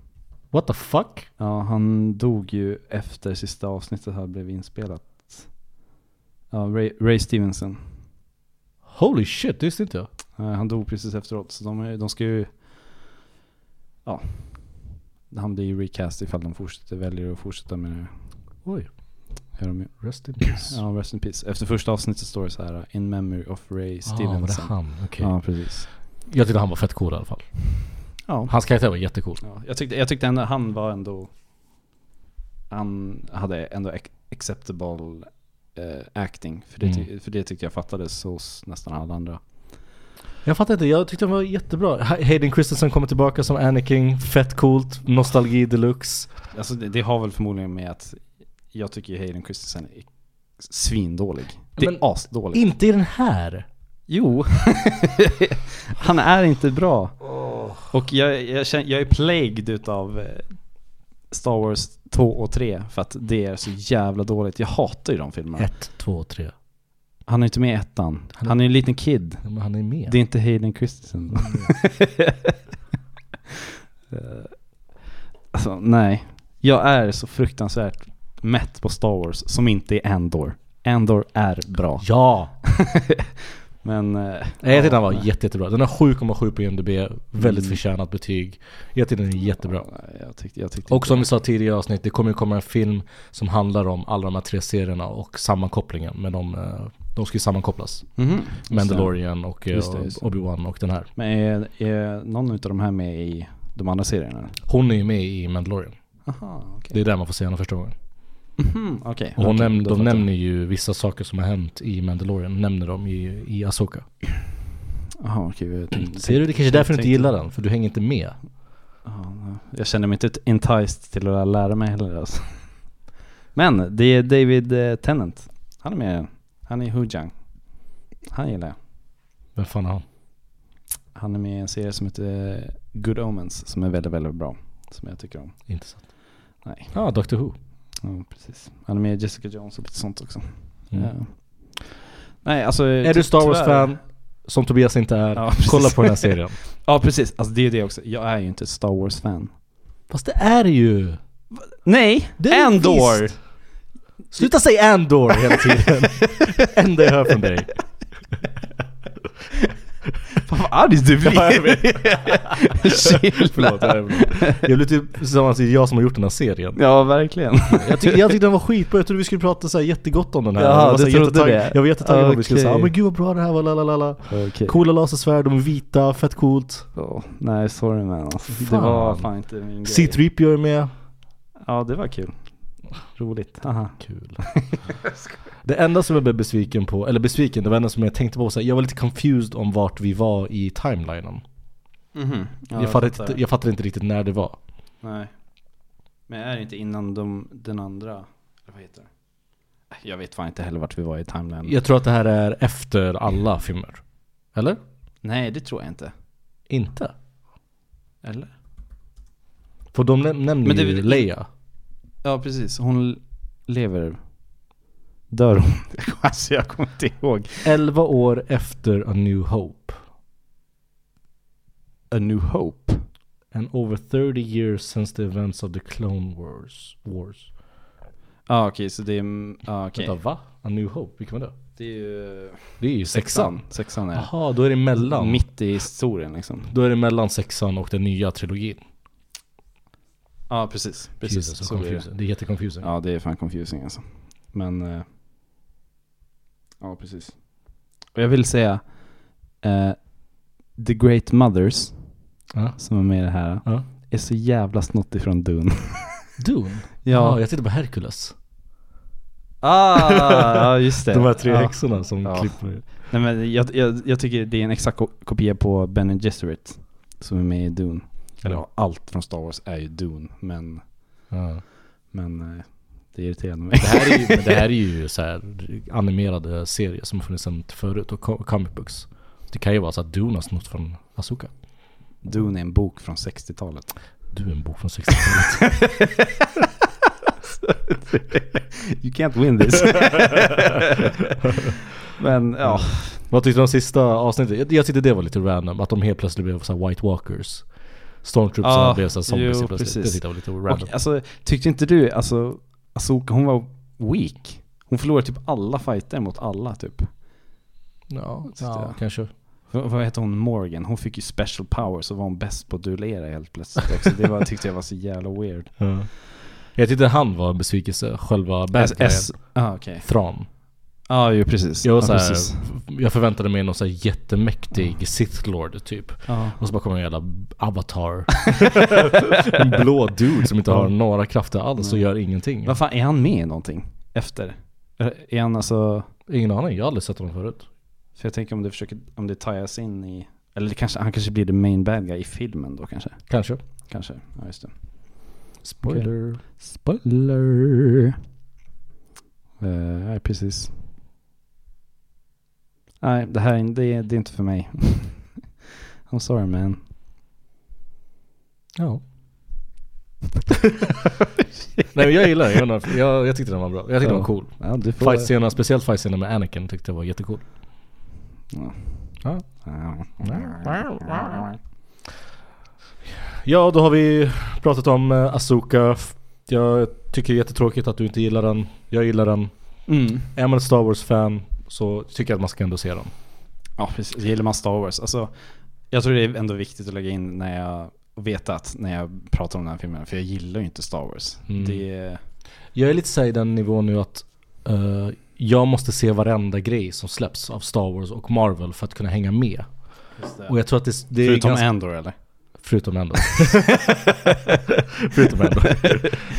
What the fuck?
Ja, han dog ju efter sista avsnittet här blev inspelat. Ja, Ray, Ray Stevenson.
Holy shit, det visste inte jag.
Eh, Han dog precis efteråt, så de, är- de ska ju... Ja. Han blir ju recast ifall de fortsätter, väljer att fortsätta med det.
Oj,
Gör de ju.
rest in peace.
Ja, rest in peace. Efter första avsnittet står det så här In memory of Ray
ah, var det
Stevenson.
han? Okej.
Ja, precis.
Jag tyckte han var fett cool i alla fall.
Ja.
Hans karaktär var jättecool.
ja jag, tyckte, jag tyckte ändå han var ändå... Han hade ändå ac- acceptable eh, acting. För det, ty-
Mm.
för det tyckte jag fattades hos nästan alla andra.
Jag fattar inte, jag tyckte han var jättebra. Ha- Hayden Christensen kommer tillbaka som Anakin, fett coolt, nostalgi deluxe.
Alltså det, det har väl förmodligen med att jag tycker Hayden Christensen är svindålig. Det är
Men-
asdåligt.
Inte i den här!
jo. han är inte bra. Och jag, jag, känner, jag är plagued utav eh, Star Wars 2 och 3 för att det är så jävla dåligt. Jag hatar ju de filmerna.
Ett, två, tre.
Han är inte med i ettan. Han är en liten kid.
Ja, Men han är med.
Det är inte Hayden Christensen.
Mm.
Eh, alltså, nej. Jag är så fruktansvärt mätt på Star Wars som inte är Andor. Andor är bra.
Ja!
Men... eh,
Nej, jag tyckte
ja,
den var
nej.
jätte, jättebra. Den har 7,7 på IMDB, väldigt förtjänat betyg. Jag tyckte den är jättebra.
Nej, Jag tyckte, jag tyckte
Och som vi sa tidigare i avsnitt, det kommer ju komma en film som handlar om alla de här tre serierna och sammankopplingen med de, eh, de ska ju sammankopplas.
Mhm.
Mandalorian och eh,
Just det, just det.
Obi-Wan och den här.
Men är, är någon utav de här med i de andra serierna?
Hon är ju med i Mandalorian.
Aha,
Det
okej.
är där man får se henne första gången.
Mm, Okej.
Och hon
Okej,
näm-
då
de
fattar jag.
nämner ju vissa saker som har hänt i Mandalorian, nämner de i, i Asoka.
Jaha, okej. jag tänkte-
Mm, Ser du? Det kanske är
jag
därför du inte
tänkte-
gillar den, för du hänger inte med.
Jag känner mig inte enticed till att lära mig heller alltså. Men det är David eh, Tennant. Han är med i den. Han är Hujang. Han gillar jag.
Vem fan är han?
Han är med i en serie som heter eh, Good Omens som är väldigt, väldigt bra. Som jag tycker om.
Intressant.
Nej.
Ja, ah, Doctor Who.
Ja, precis. Han är med i Jessica Jones och lite sånt också.
Mm.
Ja. Nej, alltså,
Är du Star Wars-fan, som Tobias inte är,
Ja, precis.
kolla på den här serien.
Ja precis, alltså det är det också. Jag är ju inte ett Star Wars-fan.
Fast det är ju...
Nej!
Det är det
Andor!
visst. Sluta säga Andor hela tiden. Enda jag hör från dig.
Fan vad arg du
jag
blir!
Förlåt,
Chilla.
jag blir typ som det är jag som har gjort den här serien.
Ja verkligen.
Jag, tyck, jag tyckte den var skitbra, jag trodde vi skulle prata så här jättegott om den här.
Jaha,
jag, var så här
du trodde
jättetagg-
det?
jag var jättetaggad på att vi
Okej.
skulle säga "Ah, men gud vad bra det här var, lalalala.
Okej.
Coola lasersvärd, de är vita, fett coolt.
Ja, nej sorry man alltså. Det
Fan.
var fan inte min grej.
C-3PO är med.
Ja det var kul. Roligt. Aha.
Kul. det enda som jag blev besviken på, eller besviken, det var enda som jag tänkte på, så här, jag var lite confused om vart vi var i timelinen. jag, fattade inte, jag fattade inte riktigt när det var.
Nej. Men är det inte innan de, den andra, eller vad heter det? Jag vet fan inte heller vart vi var i timeline.
Jag tror att det här är efter alla filmer. Eller?
Nej det tror jag inte.
Inte.
Eller?
För de näm- nämner
Men det är
ju
väl-
Leia.
Ja precis, hon lever. Dör hon? alltså jag kommer inte ihåg.
11 år efter A New Hope.
A New Hope.
And over 30 years since the events of the Clone Wars. Wars.
Ja okej, så det är... mm, Ja okej.
Vänta, va? A New Hope? Vilken var det?
Det är ju...
Det är ju sexan.
Sexan är det.
Jaha, då är det mellan.
Mitt i historien liksom.
Då är det mellan sexan och den nya trilogin.
Ja precis. precis.
Jesus, så
blir det.
confusing. Det är jätteconfusing.
Ja det är fan confusing alltså. Men... eh, ja precis. Och jag vill säga... eh, The Great Mothers,
Ja.
som är med i det här,
Ja.
är så jävla snott ifrån Dune.
Dune? Ja,
ja.
jag tittade på Hercules.
Ah, ja just det.
De här tre
ja.
häxorna som
Ja.
klipper.
Nej men jag, jag, jag tycker det är en exakt ko- kopia på Ben Gesserit som är med i Dune.
Eller-
Ja, allt från Star Wars är ju Dune, men,
Ja.
men eh, det irriterar mig.
Det här är ju, men det här är ju så här animerade serier som har funnits sedan förut och co- comic books. Det kan ju vara så att Dune har snott från Asoka.
Dune är en bok från 60-talet.
Du är en bok från 60-talet.
You can't win this. men ja,
Vad tyckte du om sista avsnittet? Jag, jag tyckte det var lite random, att de helt plötsligt blev så här White Walkers. Stormtroopers
Ja,
blev så här zombies
jo,
helt plötsligt.
precis.
Det tyckte jag var lite
och,
random.
alltså tyckte inte du, alltså Asoka hon var weak. Hon förlorade typ alla fighter mot alla typ.
ja,
tyckte
ja,
jag.
kanske.
Vad, vad heter hon? Morgan? Hon fick ju special powers och var hon bäst på att duellera helt plötsligt också. Det var, tyckte jag var så jävla weird.
Ja. Jag tyckte han var en besvikelse, själva bad
S... S-
guyen.
ah, okej.
Thrawn.
Ja, ju precis.
Jag, var
Ja,
så här,
precis.
jag förväntade mig någon så här jättemäktig Sith Lord typ.
Ja.
Och så bara kommer en jävla avatar. en blå dude som inte har några krafter alls och gör ingenting.
Vad fan, är han med i någonting? Efter? Är är han alltså...
Ingen aning, jag har aldrig sett honom förut.
För jag tänker om det försöker, om det tajas in i... Eller det kanske, han kanske blir the main bad guy i filmen då kanske?
Kanske.
Kanske, ja just det.
Spoiler.
Spoiler! Eh, Nej, precis. Nej, det här är- det, är- det är inte för mig. I'm sorry man.
Ja. Nej men jag gillar den, jag, undrar- jag, jag tyckte den var bra. Jag tyckte den var
Ja.
cool.
Ja, du får...
Fight-scenerna, speciellt fight-scenen med Anakin tyckte jag var jättecool.
Ja.
Ja.
Ja.
Ja, då har vi pratat om eh, Asoka. Jag tycker det är jättetråkigt att du inte gillar den. Jag gillar den.
Mm.
Är man ett Star Wars-fan så tycker jag att man ska ändå se den.
Ja, precis. Gillar man Star Wars. Alltså, jag tror det är ändå viktigt att lägga in när jag vet att när jag pratar om den här filmen. För jag gillar ju inte Star Wars.
Mm.
Det,
Jag är lite såhär i den nivån nu att eh, jag måste se varenda grej som släpps av Star Wars och Marvel för att kunna hänga med. Och jag tror att det, det är
Förutom
ganska-
Andor eller?
Förutom ändå. Förutom ändå.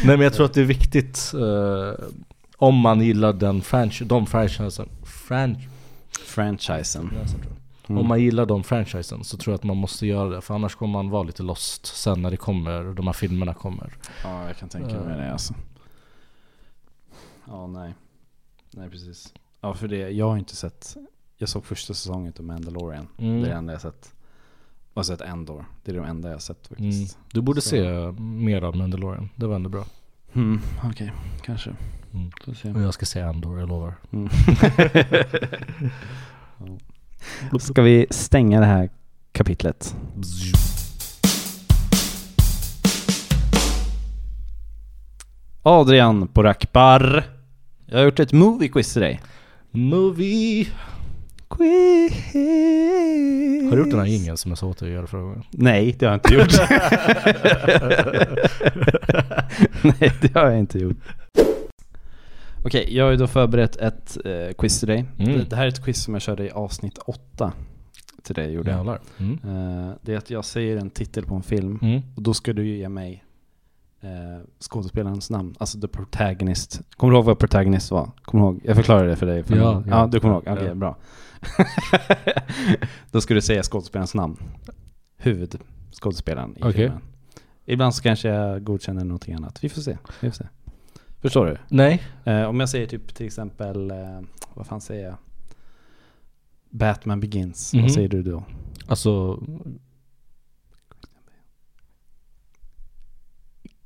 Nej men jag tror att det är viktigt eh, om man gillar den franch- de franchisen. Franch-
Franchisen.
Om man gillar de franchisen så tror jag att man måste göra det. För annars kommer man vara lite lost sen när det kommer, de här filmerna kommer.
Ja, jag kan tänka mig
Eh.
det alltså. Ja, nej. Nej, precis. Ja, för det, jag har inte sett... Jag såg första säsongen av Mandalorian.
Mm.
Det är det enda jag sett. Och jag har sett Endor. Det är det enda jag har sett faktiskt.
Mm. Du borde
Så-
se mer av Mandalorian, det var ändå bra.
Mm, Okej, kanske.
Mm.
Får se.
Och jag ska säga Andor, jag lovar.
Mm. Ska vi stänga det här kapitlet? Adrian Porakbar. Jag har gjort ett movie quiz till dig.
Movie!
Quiz.
Har du gjort den här jingeln som jag sa åt dig att göra förra gången?
Nej, det har jag inte gjort. Nej, det har jag inte gjort. Okej, jag har ju då förberett ett eh, quiz till dig.
Mm.
Det, det här är ett quiz som jag körde i avsnitt 8 till dig. Gjorde jag.
Jävlar. Mm.
Eh, det är att jag säger en titel på en film
Mm.
och då ska du ge mig eh, skådespelarens namn, alltså the protagonist. Kommer du ihåg vad protagonist var? Kommer du ihåg? Jag förklarade det för dig. För
Ja,
ja,
ja.
du kommer ihåg? Okej,
Ja.
bra. då ska du säga skådespelarens namn. Huvudskådespelaren i
Okej.
filmen. Ibland så kanske jag godkänner någonting annat. Vi får se. Vi får se. Förstår du?
Nej.
Eh, om jag säger typ till exempel, eh, vad fan säger jag? Batman Begins,
Mhm.
vad säger du då?
Alltså...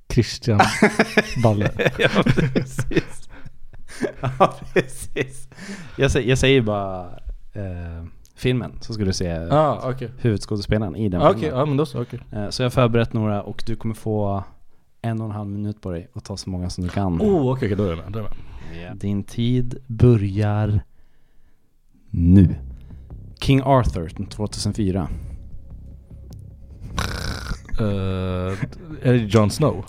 Christian Balle.
ja, precis. ja, precis. Jag säger, jag säger bara eh, filmen, så ska du se
ah, okej.
huvudskådespelaren i den
Ah, Okej,
filmen.
ja men då så. Okej.
Eh, så jag har förberett några och du kommer få en och en halv minut på dig att ta så många som du kan.
Oh, okej, okej, då är jag med. Då är jag med.
Din tid börjar nu. King Arthur 2004.
Eh, är det Jon Snow?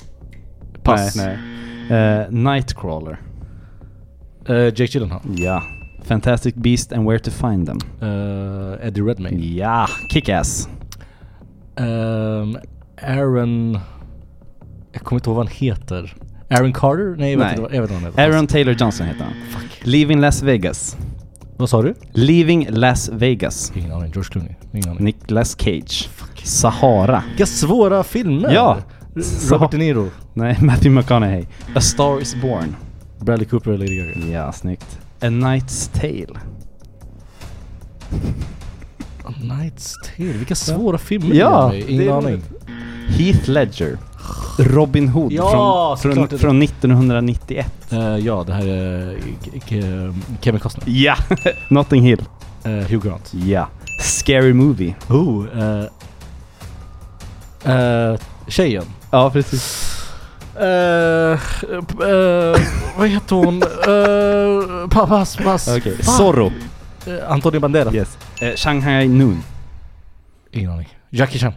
Pass.
Nej, nej. Eh, Nightcrawler.
Eh, Jake Gyllenhaal.
Ja. Fantastic Beast and Where to Find Them.
Eh, Eddie Redmayne.
Ja, Kick-Ass.
Ehm, Aaron... Jag kommer inte ihåg vad han heter. Aaron Carter? Nej, jag vet
Nej.
inte vad jag vet inte vad han heter.
Aaron Taylor Johnson heter han.
Fuck.
Leaving Las Vegas.
Vad sa du?
Leaving Las Vegas.
Ingen aning. George Clooney. Ingen aning.
Nicolas Cage. Sahara.
Vilka svåra filmer!
Ja.
R- Robert De Niro,
Nej, Matthew McConaughey. A Star Is Born.
Bradley Cooper och Lady Gaga.
Ja, snyggt. A Knight's Tale.
A Night's Tale. Vilka svåra filmer!
Ja,
det är. Ingen
det är
aning.
roligt. Heath Ledger. Robin Hood
Ja,
från,
såklart det
från,
är
från 1991.
Eh, ja, det här är K- K- Kevin Costner.
Ja! Notting Hill.
Eh, Hugh Grant.
Ja. Scary Movie.
Oh, eh, eh, tjejen.
Ja, precis.
Eh, p- eh, vad heter hon? Eh, pa- pass, pass.
Okej.
Fan.
Zorro.
Eh, Antonio Banderas.
Yes. Eh, Shanghai Noon.
Ingen aning. Jackie Chan.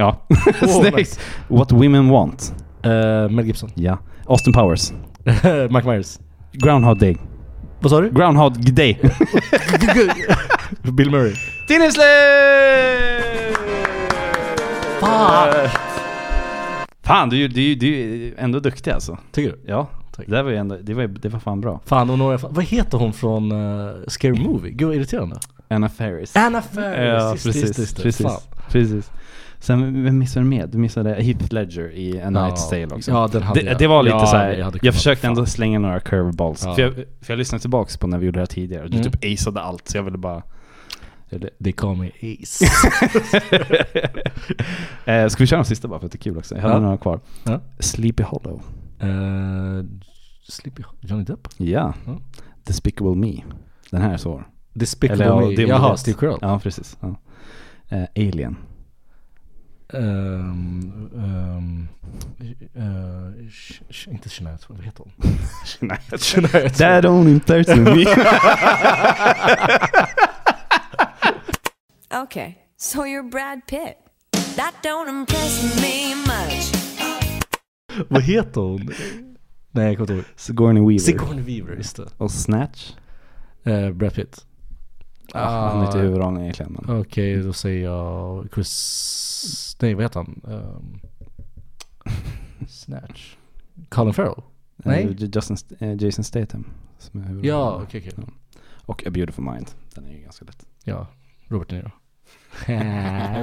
Ja. Snyggt. What Women Want.
Eh, Mel Gibson.
Ja. Austin Powers.
Mike Myers.
Groundhog Day.
Vad sa du?
Groundhog Day.
Bill Murray.
Tiden är slut!
Fan!
Fan, du, du, du är ändå duktig alltså.
Tycker du?
Ja,
Tack.
det där var ju ändå, det var, det var fan bra.
Fan, och några, vad heter hon från eh, Scary Movie? Gud vad irriterande.
Anna Faris.
Anna Faris!
Ja,
Just det,
precis.
just det, just det. Fan.
precis, precis. Sen, vem missade du med? Du missade Heath Ledger i A Night's Tale också.
Ja, den hade
det,
jag.
det var lite
ja,
såhär,
hade
jag,
kunnat.
försökte ändå
Fan.
slänga några curveballs.
Ja.
För, jag, för jag lyssnade tillbaks på när vi gjorde det här tidigare och du
Mm.
typ aceade allt så jag ville bara... Eller,
Det kom i is.
eh, ska vi köra de sista bara för att det är kul också? Jag hade
Ja.
några kvar.
Ja.
Sleepy Hollow.
Eh, Sleepy Johnny Depp?
Ja.
Mm.
Despicable Me. Den här är svår.
Despicable
ja,
Me.
det är
Jaha,
modest.
Steve Carell.
Ja, precis. Ja. Eh, Alien.
Ehm, ehm, eh, sh- sh- inte Sinead, vad heter hon?
That don't impress me.
Okay, so you're Brad Pitt. That don't impress me much.
vad heter hon? Nej, jag kommer inte ihåg.
Sigourney Weaver.
Sigourney Weaver, just det.
och Snatch.
Eh, Brad Pitt.
Ah. Han är inte huvudrollen egentligen. Men. eh,
Okej, då säger jag Chris... Nej, vad heter han? Ehm, Snatch? Colin Farrell? Nej.
Eh, Justin, St- eh, Jason Statham. Som är huvudrollen.
Ja, okej, okej.
Och A Beautiful Mind. Den är ju ganska lätt.
Ja, Robert De Niro.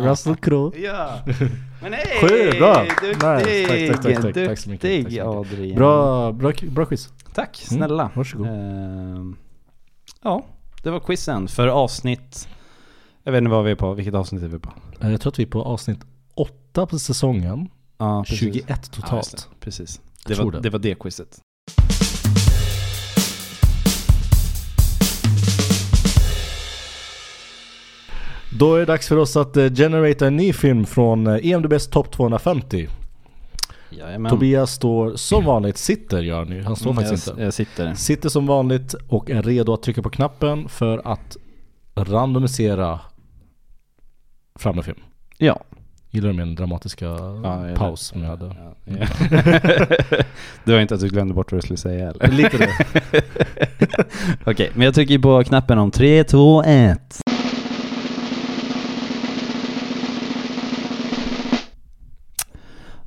Russell Crowe.
Ja! Men hej!
Sjukt bra! Nice. Tack, tack, tack, tack, tack så mycket, tack så
Duktig
mycket.
Adrian.
Bra, bra, bra quiz.
Tack snälla.
Mm, varsågod.
Ehm, ja, det var quizen för avsnitt... Jag vet inte vad vi är på. Vilket avsnitt är vi på?
Eh, Jag tror att vi är på avsnitt åtta på säsongen.
Ja, precis.
21
Ja, just
totalt.
det. precis. Det
tror
var,
det.
det var det quizet.
Då är det dags för oss att eh, generata en ny film från eh, EMDBs topp 250.
Jajamän.
Tobias står som vanligt, sitter gör nu. Han står
Mm,
faktiskt
jag,
inte.
jag sitter.
Sitter som vanligt och är redo att trycka på knappen för att randomisera fram en film.
Ja.
Gillar du min dramatiska
jag gillar-
paus som jag hade?
Ja, ja. det var inte att du glömde bort vad du skulle säga eller?
Lite det.
Okej, men jag trycker på knappen om 3, 2, 1.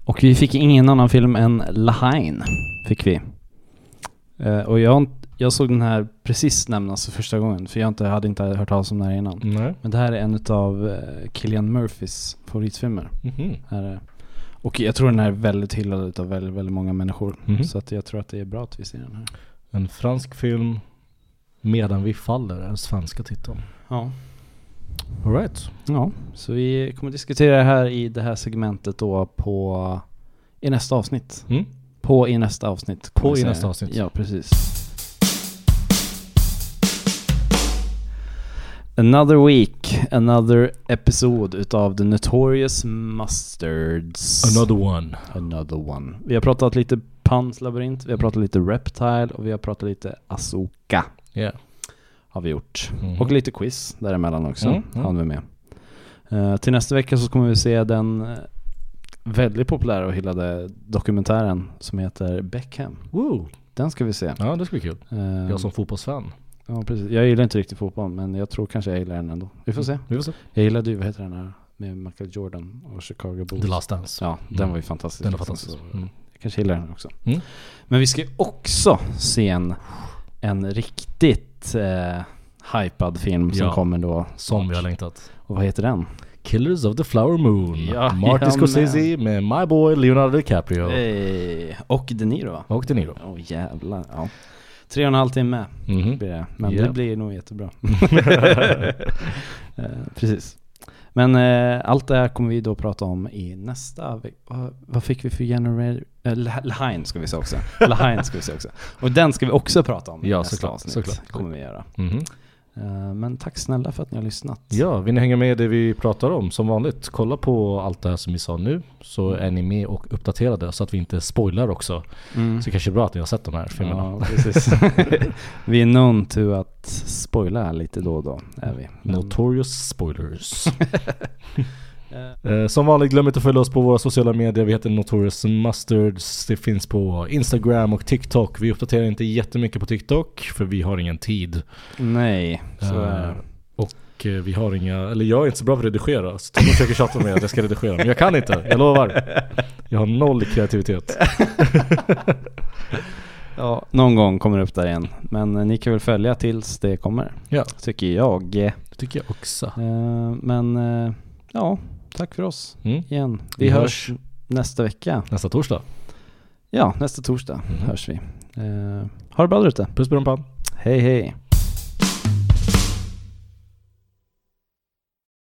Och vi fick ingen annan film än Lahain, fick vi. Eh, och jag, har inte- jag såg den här precis nämnas för första gången, för jag har inte, hade inte hört talas om den här innan.
Nej.
Men det här är en av Killian Murphys favoritfilmer.
Mhm.
Här, eh, och jag tror den här är väldigt hyllad av väldigt, väldigt många människor.
Mhm.
Så att jag tror att det är bra att vi ser den här.
En fransk film Medan vi faller är den svenska titeln.
Ja.
Alright.
Ja, så vi kommer diskutera det här i det här segmentet då på i nästa avsnitt.
Mm.
På i nästa avsnitt. kommer
På
vi
i
säga.
nästa avsnitt.
Ja, precis. Another week, another episode utav The Notorious Mustards.
Another one.
Another one. Vi har pratat lite Pans labyrint, vi har pratat lite Reptile och vi har pratat lite Asoka.
Yeah.
Har vi gjort.
Mhm.
Och lite quiz däremellan också.
Mm, mm.
Hann vi med. Eh, till nästa vecka så kommer vi se den eh, väldigt populära och hyllade dokumentären som heter Beckham.
Woo.
Den ska vi se.
Ja det ska bli kul.
Eh,
Jag som fotbollsfan.
ja, precis. jag gillar inte riktigt fotboll men jag tror kanske jag gillar den ändå. Vi får se. Mm.
Vi får se.
Jag gillade ju, vad heter den här med Michael Jordan och Chicago Bulls.
The Last Dance.
Ja, den var ju fantastisk.
Den är
liksom,
fantastisk.
så-
Mm.
Jag kanske gillar den också.
Mm.
Men vi ska ju också se en, en riktigt eh, hypad film som
Ja.
kommer då.
Som vi har längtat.
Och vad heter den?
Killers of the Flower Moon.
Ja,
Martin
ja,
Scorsese med My Boy Leonardo DiCaprio.
Eh, och De Niro va?
Och De Niro.
Åh jävlar. Ja. Tre och en halv timme
Mhm.
blir det. Men
Ja.
det blir nog jättebra. eh, precis. Men eh, allt det här kommer vi då prata om i nästa ve- vad- Vad fick vi för general... eh, La- Lahain ska vi se också. Lahain ska vi se också. Och den ska vi också prata om i
Ja,
nästa
såklart,
avsnitt.
såklart.
kommer vi göra.
Mhm.
Eh, men tack snälla för att ni har lyssnat.
Ja, vill ni hänga med i det vi pratar om som vanligt, kolla på allt det här som vi sa nu så är ni med och uppdaterade så att vi inte spoilar också.
Mm.
Så kanske det är bra att ni har sett de här filmerna.
Ja, precis. vi är known to att spoila lite då och då. Är vi. Men-
Notorious spoilers. Eh, Som vanligt, glöm inte att följa oss på våra sociala medier. Vi heter Notorious Mustards. Det finns på Instagram och TikTok. Vi uppdaterar inte jättemycket på TikTok för vi har ingen tid.
Nej, så
Eh,
är det.
Och eh, vi har inga, eller jag är inte så bra på att redigera. Så de försöker tjata mig att jag ska redigera. Men jag kan inte, jag lovar. Jag har noll kreativitet.
Ja, någon gång kommer det upp där igen. Men eh, ni kan väl följa tills det kommer,
Ja,
tycker jag.
det tycker jag också.
Eh, Men eh, ja, tack för oss
Mm.
igen. Vi,
Vi
hörs nästa vecka.
Nästa torsdag.
Ja, nästa torsdag
Mhm.
hörs vi. Eh, Mm. Ha det bra där ute.
Puss på rumpan.
Hej hej.